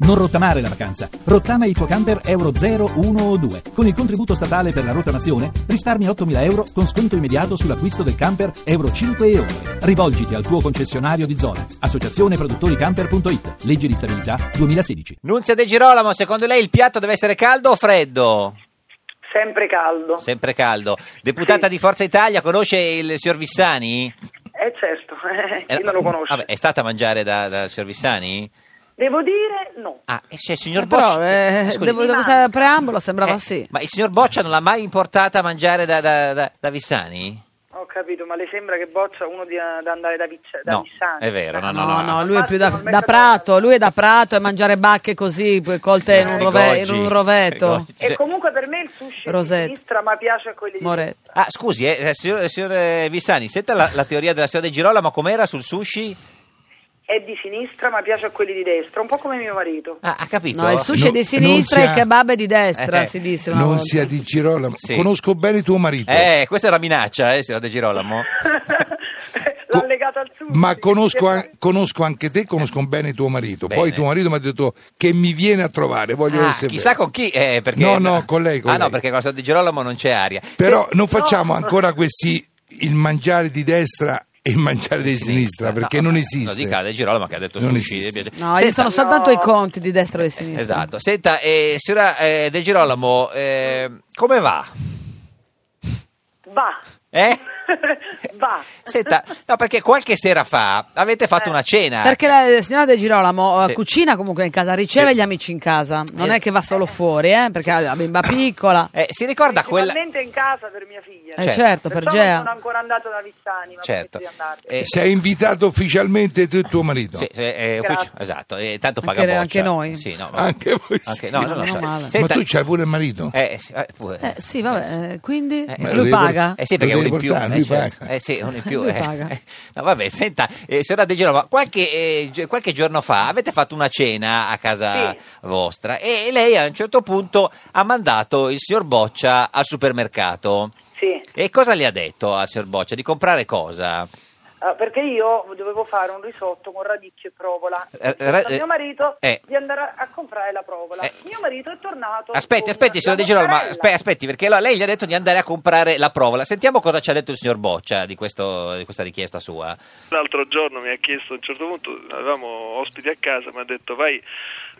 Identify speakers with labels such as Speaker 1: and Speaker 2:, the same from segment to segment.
Speaker 1: Non rottamare la vacanza. Rottama il tuo camper Euro 0, 1 o 2. Con il contributo statale per la rottamazione risparmi 8.000 euro con sconto immediato sull'acquisto del camper Euro 5 e 1. Rivolgiti al tuo concessionario di zona. Associazione Produttori Camper.it. Legge di stabilità 2016.
Speaker 2: Nunzia De Girolamo, secondo lei il piatto deve essere caldo o freddo?
Speaker 3: Sempre caldo.
Speaker 2: Sempre caldo. Deputata
Speaker 3: Sì.
Speaker 2: di Forza Italia, conosce il signor Vissani?
Speaker 3: Eh certo, eh,
Speaker 2: Eh,
Speaker 3: chi non lo conosce?
Speaker 2: vabbè, è stata a mangiare da, da signor Vissani?
Speaker 3: Devo dire no.
Speaker 2: Ah, e c'è il signor Boccia.
Speaker 4: Però eh,
Speaker 2: Scusi,
Speaker 4: devo, devo usare il preambolo, sembrava
Speaker 2: eh,
Speaker 4: sì.
Speaker 2: Ma il signor Boccia non l'ha mai importata a mangiare da, da- da- da Vissani?
Speaker 3: Ho capito, ma le sembra che boccia uno di, da andare da, Vic- da
Speaker 2: No,
Speaker 3: Vissani?
Speaker 2: è vero, no,
Speaker 4: No, no,
Speaker 2: no.
Speaker 4: lui è più da,
Speaker 3: Al
Speaker 4: da
Speaker 3: mercato-
Speaker 4: Prato, lui è da Prato e mangiare bacche così, poi colte in, un
Speaker 2: Eh,
Speaker 4: rove- in
Speaker 2: Goggi.
Speaker 4: un rovetto.
Speaker 2: Goggi.
Speaker 3: E comunque per me il sushi
Speaker 4: Rosetta.
Speaker 3: di sinistra, ma piace a quelli di
Speaker 4: Moretto.
Speaker 2: Ah, scusi, eh, eh, signor, signor, eh, Vissani, senta la, la teoria della signora De Girolamo, com'era sul sushi?
Speaker 3: È di sinistra, ma piace a quelli di destra, un po' come mio marito.
Speaker 2: Ah, ha capito?
Speaker 4: No, il sushi
Speaker 5: No,
Speaker 4: è di
Speaker 5: non
Speaker 4: sinistra e il
Speaker 5: sia-
Speaker 4: kebab è di destra,
Speaker 2: Eh,
Speaker 4: si disse una
Speaker 5: Non
Speaker 4: volta.
Speaker 5: sia di Girolamo.
Speaker 2: Sì.
Speaker 5: Conosco bene tuo marito.
Speaker 2: Eh, questa è una minaccia, eh, signora De Girolamo.
Speaker 3: L'ha
Speaker 5: Co-
Speaker 3: legato al sushi.
Speaker 5: Ma conosco, an- conosco anche te, conosco bene tuo marito. Poi
Speaker 2: Bene.
Speaker 5: tuo marito mi ha detto che mi viene a trovare, voglio
Speaker 2: Ah,
Speaker 5: essere.
Speaker 2: chissà
Speaker 5: vero.
Speaker 2: con chi, eh, perché...
Speaker 5: No, no, con lei, con
Speaker 2: ah, no,
Speaker 5: lei.
Speaker 2: perché con la signora De Girolamo non c'è aria.
Speaker 5: Però non facciamo
Speaker 3: No.
Speaker 5: ancora questi il mangiare di destra e il mangiare di sinistra, perché
Speaker 2: eh, No,
Speaker 5: non
Speaker 2: vabbè,
Speaker 5: esiste.
Speaker 2: Lo dica De Girolamo che ha detto
Speaker 5: Non
Speaker 2: sushi.
Speaker 5: esiste.
Speaker 2: e via-
Speaker 4: No,
Speaker 2: Senta-
Speaker 4: io sono soltanto
Speaker 3: No.
Speaker 4: i conti di destra e di sinistra.
Speaker 2: Esatto. Senta, eh, signora eh, De Girolamo, eh, come va?
Speaker 3: Va.
Speaker 2: Eh?
Speaker 3: Va.
Speaker 2: Senta, no, perché qualche sera fa avete fatto
Speaker 3: Eh.
Speaker 2: una cena.
Speaker 4: Perché la signora De Girolamo eh,
Speaker 2: Ah. Sì.
Speaker 4: cucina comunque in casa, riceve
Speaker 2: Sì.
Speaker 4: gli amici in casa, non
Speaker 2: Eh.
Speaker 4: è che va solo fuori, eh, perché ha la bimba piccola.
Speaker 2: Eh, si ricorda quella...
Speaker 3: Principalmente in casa per mia figlia.
Speaker 4: Eh,
Speaker 2: certo.
Speaker 4: certo, per
Speaker 3: Perciò non sono
Speaker 4: Gea.
Speaker 3: ancora andata da Vissani, ma
Speaker 2: Certo.
Speaker 3: certo. andare.
Speaker 2: Eh,
Speaker 5: Sei invitato ufficialmente tu e tuo marito.
Speaker 2: sì, sì, eh,
Speaker 3: Grazie.
Speaker 2: ufficio- esatto, eh, tanto
Speaker 4: Anche-
Speaker 2: paga boccia.
Speaker 4: anche noi.
Speaker 2: Sì, no, ma-
Speaker 5: Anche voi. sì.
Speaker 2: anche- no, no, no,
Speaker 4: Meno
Speaker 2: so-
Speaker 4: male. Ma
Speaker 2: Senta-
Speaker 5: Ma tu c'hai pure il marito.
Speaker 2: Eh, sì, eh, pure.
Speaker 4: Eh, sì, vabbè, eh, quindi
Speaker 2: Eh,
Speaker 5: Ma lo
Speaker 4: lui
Speaker 5: devi
Speaker 4: paga.
Speaker 2: Eh sì, perché
Speaker 5: Lo
Speaker 2: uno
Speaker 5: devi
Speaker 2: in più.
Speaker 5: portare,
Speaker 2: eh,
Speaker 5: lui
Speaker 2: certo.
Speaker 5: paga.
Speaker 2: Eh sì, uno in più.
Speaker 4: Lui
Speaker 2: eh.
Speaker 4: paga.
Speaker 2: No, vabbè, senta, eh, signora De Girolamo, qualche, eh, gi- qualche giorno fa avete fatto una cena a casa
Speaker 3: Sì.
Speaker 2: vostra e lei a un certo punto ha mandato il signor Boccia al supermercato.
Speaker 3: Sì. eh,
Speaker 2: E cosa le ha detto al signor Boccia? Di comprare cosa?
Speaker 3: Ah, perché io dovevo fare un risotto con radicchio e provola.
Speaker 2: Eh,
Speaker 3: Ho detto
Speaker 2: eh,
Speaker 3: a mio marito
Speaker 2: eh.
Speaker 3: di andare a- a comprare la provola.
Speaker 2: Eh.
Speaker 3: Mio marito è tornato.
Speaker 2: Aspetti,
Speaker 3: con
Speaker 2: aspetti,
Speaker 3: la
Speaker 2: signor De Girolamo, ma
Speaker 3: mozzarella.
Speaker 2: aspe- aspetti, perché allora lei gli ha detto di andare a comprare la provola. Sentiamo cosa ci ha detto il signor Boccia di, questo- di questa richiesta sua.
Speaker 6: L'altro giorno mi ha chiesto a un certo punto, avevamo ospiti a casa, mi ha detto vai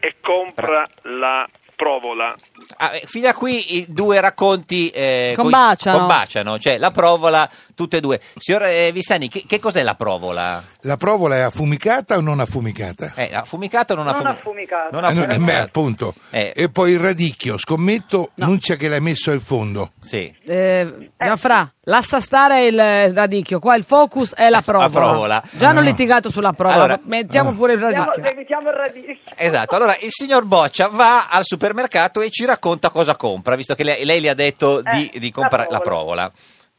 Speaker 6: e compra la provola.
Speaker 2: Ah, eh, fino a qui i due racconti eh, coi-
Speaker 4: Combaciano.
Speaker 2: combaciano, cioè la provola, tutte e due. Signor eh, Vissani, che, che cos'è la provola?
Speaker 5: La provola è affumicata o non affumicata?
Speaker 2: Eh, affumicato o non,
Speaker 3: Non
Speaker 2: affumi-
Speaker 3: affumicata.
Speaker 2: Non
Speaker 5: Eh, no, eh, beh,
Speaker 2: affumicata.
Speaker 5: appunto.
Speaker 2: Eh.
Speaker 5: E poi il radicchio, scommetto, non c'è che l'hai messo al fondo.
Speaker 2: Sì.
Speaker 4: Eh, Gianfra, lascia stare il radicchio, qua il focus è la provola.
Speaker 2: provola.
Speaker 4: Già hanno
Speaker 5: Ah.
Speaker 4: litigato sulla provola,
Speaker 2: Allora-
Speaker 4: mettiamo pure il
Speaker 3: Andiamo-
Speaker 4: radicchio.
Speaker 3: evitiamo il radicchio.
Speaker 2: Esatto, allora il signor Boccia va al supermercato e ci racconta cosa compra, visto che lei, lei le ha detto di,
Speaker 3: Eh,
Speaker 2: di comprare la
Speaker 3: la
Speaker 2: provola.
Speaker 3: provola.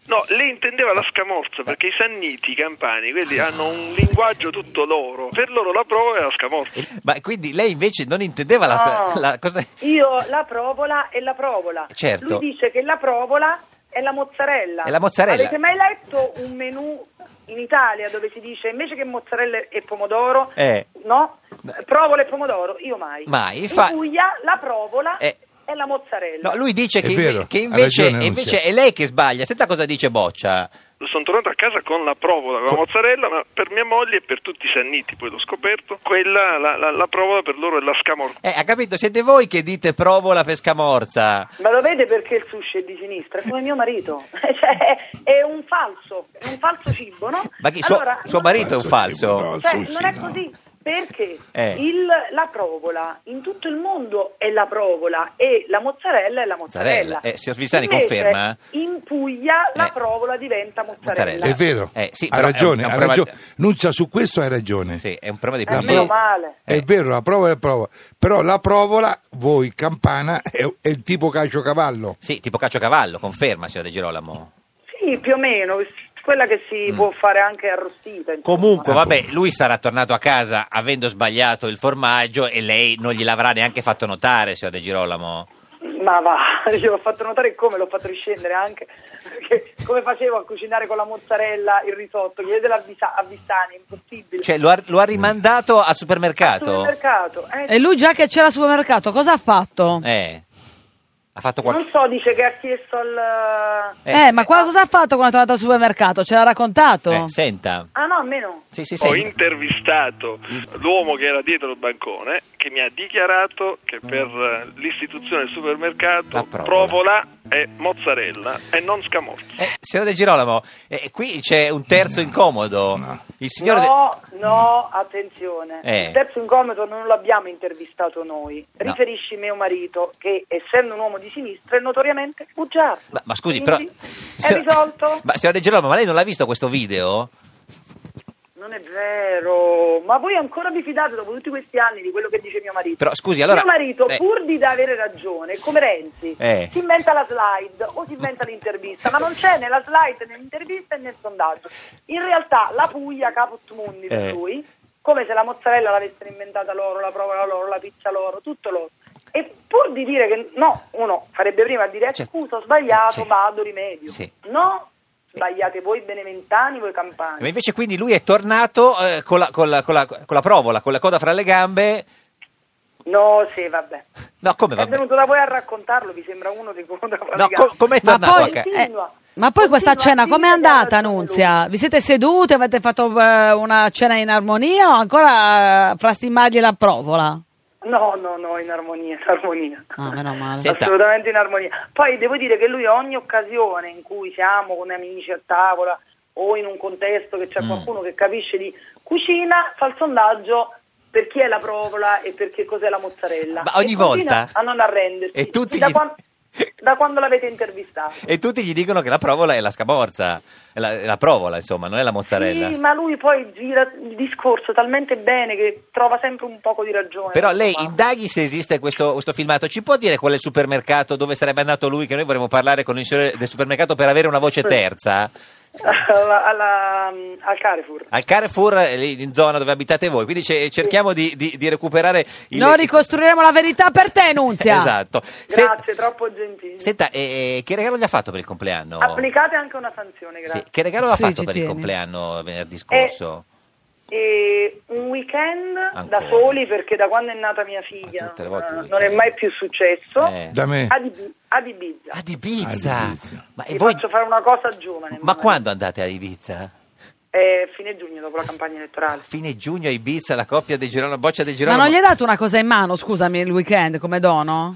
Speaker 6: No, lei intendeva la scamorza perché i sanniti campani, quelli hanno un linguaggio tutto loro. Per loro la provola è la scamorza.
Speaker 2: Ma quindi lei invece non intendeva la,
Speaker 3: No.
Speaker 2: la cosa...
Speaker 3: Ah, Io la provola e la provola.
Speaker 2: Certo.
Speaker 3: Lui dice che la provola è la mozzarella.
Speaker 2: È la mozzarella.
Speaker 3: Avete mai letto un menù in Italia dove si dice invece che mozzarella e pomodoro,
Speaker 2: Eh.
Speaker 3: no? Provola e pomodoro, io mai.
Speaker 2: Mai, fa-
Speaker 3: In Puglia la provola
Speaker 2: Eh.
Speaker 3: è la mozzarella.
Speaker 2: No, lui dice
Speaker 5: È
Speaker 2: che,
Speaker 5: vero,
Speaker 2: che
Speaker 5: ha
Speaker 2: invece,
Speaker 5: ragione, non
Speaker 2: invece
Speaker 5: c'è.
Speaker 2: è lei che sbaglia. Senta cosa dice Boccia.
Speaker 6: Sono tornato a casa con la provola, con la mozzarella, ma per mia moglie e per tutti i sanniti, poi l'ho scoperto, quella, la, la- la provola per loro è la scamorza.
Speaker 2: Eh, ha capito? Siete voi che dite provola pesca morza.
Speaker 3: Ma lo vede perché il sushi è di sinistra? È come mio marito. Cioè, è un falso, è un falso cibo, no?
Speaker 2: Ma chi, suo,
Speaker 3: Allora,
Speaker 2: suo marito è un
Speaker 5: Falso,
Speaker 2: falso?
Speaker 5: tipo, no.
Speaker 3: Cioè,
Speaker 5: Sushi,
Speaker 3: non è
Speaker 5: no.
Speaker 3: così perché
Speaker 2: Eh.
Speaker 3: il- la provola in tutto il mondo è la provola e la mozzarella è la mozzarella.
Speaker 2: Mozzarella. Eh, signor Visani,
Speaker 3: Invece,
Speaker 2: conferma?
Speaker 3: In Puglia la
Speaker 2: Eh.
Speaker 3: provola diventa mozzarella.
Speaker 2: Mozzarella.
Speaker 5: È vero,
Speaker 2: Eh, sì,
Speaker 5: ha
Speaker 2: però è un-
Speaker 5: ragione,
Speaker 2: è un
Speaker 5: ha
Speaker 2: problema-
Speaker 5: ragione. Nunzia, su questo hai ragione.
Speaker 2: Sì, eh. è un problema di
Speaker 3: Eh,
Speaker 5: La
Speaker 2: pulizia.
Speaker 3: meno
Speaker 5: provola-
Speaker 3: male.
Speaker 5: È vero, la provola è provola. Però la provola, voi campana, è, è il tipo calciocavallo.
Speaker 2: Sì, tipo caciocavallo, conferma, signor De Girolamo.
Speaker 3: Sì, più o meno, quella che si può fare anche arrostita. insomma.
Speaker 2: Mm. Comunque, vabbè, lui sarà tornato a casa avendo sbagliato il formaggio e lei non gliel'avrà neanche fatto notare, signor De Girolamo.
Speaker 3: Ma va, io l'ho fatto notare come, l'ho fatto riscendere anche, perché come facevo a cucinare con la mozzarella il risotto, chiedetelo a, Bisa- a Vissani, impossibile.
Speaker 2: Cioè, lo ha, lo ha rimandato al supermercato?
Speaker 3: Supermercato, eh,
Speaker 4: E lui già che c'era al supermercato, cosa ha fatto? Eh,
Speaker 2: Eh. Ha fatto qualche...
Speaker 3: non so, dice che ha chiesto al...
Speaker 2: Eh, sì.
Speaker 4: ma qua- cosa ha fatto quando è tornato al supermercato? Ce l'ha raccontato?
Speaker 2: Eh, senta.
Speaker 3: Ah no, a me no.
Speaker 2: Sì, sì,
Speaker 6: Ho
Speaker 2: senta.
Speaker 6: intervistato l'uomo che era dietro il bancone che mi ha dichiarato che per eh, l'istituzione del
Speaker 2: Mm. La
Speaker 6: supermercato
Speaker 2: provola.
Speaker 6: provola è mozzarella e non scamorza.
Speaker 2: Eh, signor De Girolamo, eh, qui c'è un terzo incomodo. Il signore... De- Mm.
Speaker 3: No, no, attenzione.
Speaker 2: Eh.
Speaker 3: Il terzo incomodo non l'abbiamo intervistato noi.
Speaker 2: No.
Speaker 3: Riferisci mio marito, che essendo un uomo di sinistra è notoriamente bugiardo.
Speaker 2: Ma, ma scusi, però...
Speaker 3: Quindi, È risolto?
Speaker 2: Ma signor De Girolamo, ma lei non l'ha visto questo video?
Speaker 3: Non è vero. Ma voi ancora vi fidate dopo tutti questi anni di quello che dice mio marito?
Speaker 2: Però, scusi, allora-
Speaker 3: Mio marito,
Speaker 2: eh.
Speaker 3: pur di avere ragione, è come Renzi,
Speaker 2: Eh.
Speaker 3: si inventa la slide o si inventa l'intervista, ma non c'è né la slide, né l'intervista e né il sondaggio. In realtà la Puglia, caput mundi per
Speaker 2: Eh.
Speaker 3: lui, come se la mozzarella l'avessero inventata loro, la provola loro, la pizza loro, tutto loro. E pur di dire che no, uno farebbe prima a dire eh,
Speaker 2: Cioè,
Speaker 3: scusa, ho sbagliato,
Speaker 2: sì.
Speaker 3: vado rimedio.
Speaker 2: Sì.
Speaker 3: No, sbagliate voi beneventani, voi campani.
Speaker 2: Ma invece quindi lui è tornato eh, con, la, con la- con la- con la provola, con la coda fra le gambe.
Speaker 3: No, sì, vabbè.
Speaker 2: No, come va
Speaker 3: È venuto da voi a raccontarlo, vi sembra uno di coda
Speaker 2: No, co- come è
Speaker 4: Ma
Speaker 2: tornato?
Speaker 4: poi,
Speaker 2: a ca-
Speaker 4: eh, ma poi questa cena com'è andata, Nunzia? Vi siete sedute? Avete fatto eh, una cena in armonia o ancora eh, fra sti magli la provola?
Speaker 3: No, no, no, in armonia, in armonia.
Speaker 4: Ah, meno male.
Speaker 2: Sì. Senta.
Speaker 3: Assolutamente in armonia. Poi devo dire che lui ogni occasione in cui siamo con amici a tavola o in un contesto che c'è
Speaker 2: Mm.
Speaker 3: qualcuno che capisce di cucina, fa il sondaggio per chi è la provola e per che cos'è la mozzarella.
Speaker 2: Ma ogni
Speaker 3: E continua
Speaker 2: volta?
Speaker 3: a non arrendersi.
Speaker 2: E tutti
Speaker 3: da,
Speaker 2: gli-
Speaker 3: quan- da quando l'avete intervistato?
Speaker 2: E tutti gli dicono che la provola è la scaborza, è la, è la provola, insomma, non è la mozzarella.
Speaker 3: Sì, ma lui poi gira il discorso talmente bene che trova sempre un poco di ragione.
Speaker 2: Però lei
Speaker 3: Ma-
Speaker 2: indaghi se esiste questo, questo filmato. Ci può dire qual è il supermercato dove sarebbe andato lui? Che noi vorremmo parlare con il signore del supermercato per avere una voce terza.
Speaker 3: alla, alla- mm, al Carrefour.
Speaker 2: Al Carrefour, eh, lì in zona dove abitate voi. Quindi ce- eh, cerchiamo di, di- di recuperare il.
Speaker 4: Noi ricostruiremo la verità per te, Nunzia.
Speaker 2: Esatto. Se-
Speaker 3: Grazie, troppo gentili.
Speaker 2: Senta, eh, che regalo gli ha fatto per il compleanno?
Speaker 3: Applicate anche una sanzione,
Speaker 2: oh. Sì,
Speaker 3: Ah, grazie. Eh,
Speaker 2: Che regalo l'ha
Speaker 4: Sì,
Speaker 2: fatto
Speaker 4: ci
Speaker 2: per il
Speaker 4: tieni.
Speaker 2: compleanno venerdì scorso?
Speaker 3: E un weekend
Speaker 2: Ancora.
Speaker 3: da soli perché da quando è nata mia figlia
Speaker 2: Ah, tutte le volte
Speaker 3: non,
Speaker 2: il
Speaker 3: non è
Speaker 2: weekend.
Speaker 3: mai più successo.
Speaker 2: Eh.
Speaker 5: Da me.
Speaker 3: Ad, Ibi- ad Ibiza.
Speaker 2: Ad Ah, Ibiza.
Speaker 5: Ad Ibiza.
Speaker 2: Ma, e
Speaker 3: Vi
Speaker 2: voi-
Speaker 3: faccio fare una cosa giovane.
Speaker 2: ma
Speaker 3: magari.
Speaker 2: quando andate a Ibiza?
Speaker 3: Eh, fine giugno dopo la campagna elettorale.
Speaker 2: Fine giugno a Ibiza, la coppia di Girolamo, boccia di
Speaker 4: Ma
Speaker 2: Girolamo.
Speaker 4: non gli hai dato una cosa in mano, scusami, il weekend come dono?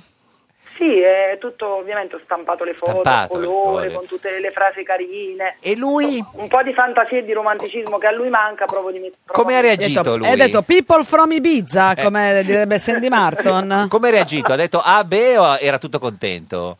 Speaker 3: Sì, è tutto ovviamente ho stampato le foto, a
Speaker 2: Stampato le
Speaker 3: colore,
Speaker 2: foto.
Speaker 3: con tutte le frasi carine.
Speaker 2: E lui?
Speaker 3: Un po' di fantasia e di romanticismo che a lui manca, provo di met- provo
Speaker 2: Come
Speaker 3: a
Speaker 2: ha
Speaker 3: mettere.
Speaker 4: Hai
Speaker 2: reagito
Speaker 4: detto,
Speaker 2: lui?
Speaker 4: hai detto people from Ibiza,
Speaker 2: Eh.
Speaker 4: come direbbe Sandy Martin.
Speaker 2: Come ha reagito? Ha detto A, B o era tutto contento?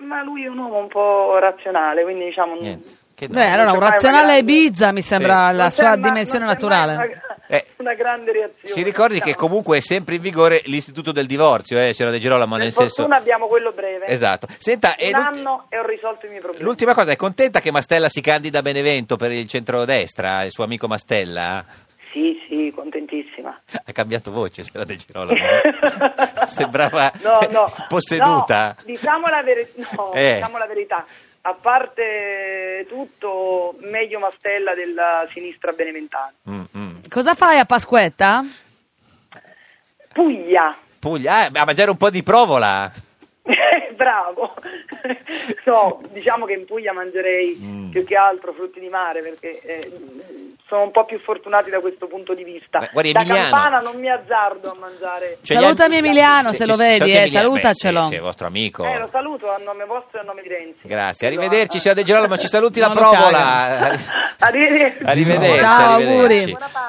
Speaker 3: Ma lui è un uomo un po' razionale, quindi diciamo...
Speaker 2: Niente. Che no.
Speaker 4: Beh, allora
Speaker 3: ormai
Speaker 4: un
Speaker 3: è una
Speaker 4: razionale
Speaker 3: grande-
Speaker 4: Ibiza mi sembra
Speaker 2: Sì.
Speaker 4: la
Speaker 3: non
Speaker 4: sua
Speaker 3: c'è ma-
Speaker 4: dimensione
Speaker 3: non c'è mai
Speaker 4: naturale.
Speaker 3: Una,
Speaker 2: Eh.
Speaker 3: una grande reazione.
Speaker 2: Si ricordi che
Speaker 3: diciamo.
Speaker 2: comunque è sempre in vigore l'istituto del divorzio, eh, signora De Girolamo,
Speaker 3: Per
Speaker 2: nel senso...
Speaker 3: fortuna abbiamo quello breve.
Speaker 2: Esatto. Senta, e
Speaker 3: Un
Speaker 2: l'ulti-
Speaker 3: anno e ho risolto i miei problemi.
Speaker 2: l'ultima cosa, è contenta che Mastella si candida a Benevento per il centrodestra, il suo amico Mastella?
Speaker 3: Sì, sì, contentissima.
Speaker 2: Ha cambiato voce, signora De Girolamo. Sembrava
Speaker 3: No, no,
Speaker 2: posseduta.
Speaker 3: no, diciamo, la veri- no,
Speaker 2: Eh.
Speaker 3: diciamo la verità. A parte tutto, meglio Mastella della sinistra beneventana.
Speaker 2: Mm, mm.
Speaker 4: Cosa fai a Pasquetta?
Speaker 3: Puglia.
Speaker 2: Puglia, eh, a mangiare un po' di provola. Cioè,
Speaker 3: Bravo! no, diciamo che in Puglia mangerei
Speaker 2: Mm.
Speaker 3: più che altro frutti di mare perché eh, sono un po' più fortunati da questo punto di vista.
Speaker 2: Beh, guardi,
Speaker 3: da
Speaker 2: Emiliano-
Speaker 3: campana non mi azzardo a mangiare.
Speaker 2: Cioè,
Speaker 4: Salutami
Speaker 2: gli-
Speaker 4: Emiliano, se lo vedi,
Speaker 2: saluti
Speaker 4: eh,
Speaker 2: Emiliano. Beh,
Speaker 4: salutacelo.
Speaker 2: sì, sì, è vostro amico.
Speaker 3: Eh, lo saluto a nome vostro e a nome di Renzi.
Speaker 2: Ecco. Grazie,
Speaker 3: Allora,
Speaker 2: arrivederci,
Speaker 3: eh.
Speaker 2: signora De Girolamo, ci saluti la
Speaker 4: Non lo
Speaker 2: provola.
Speaker 3: Arrivederci.
Speaker 2: Arrivederci,
Speaker 4: Ciao,
Speaker 2: arrivederci.
Speaker 4: auguri.
Speaker 3: Buona Pasqua.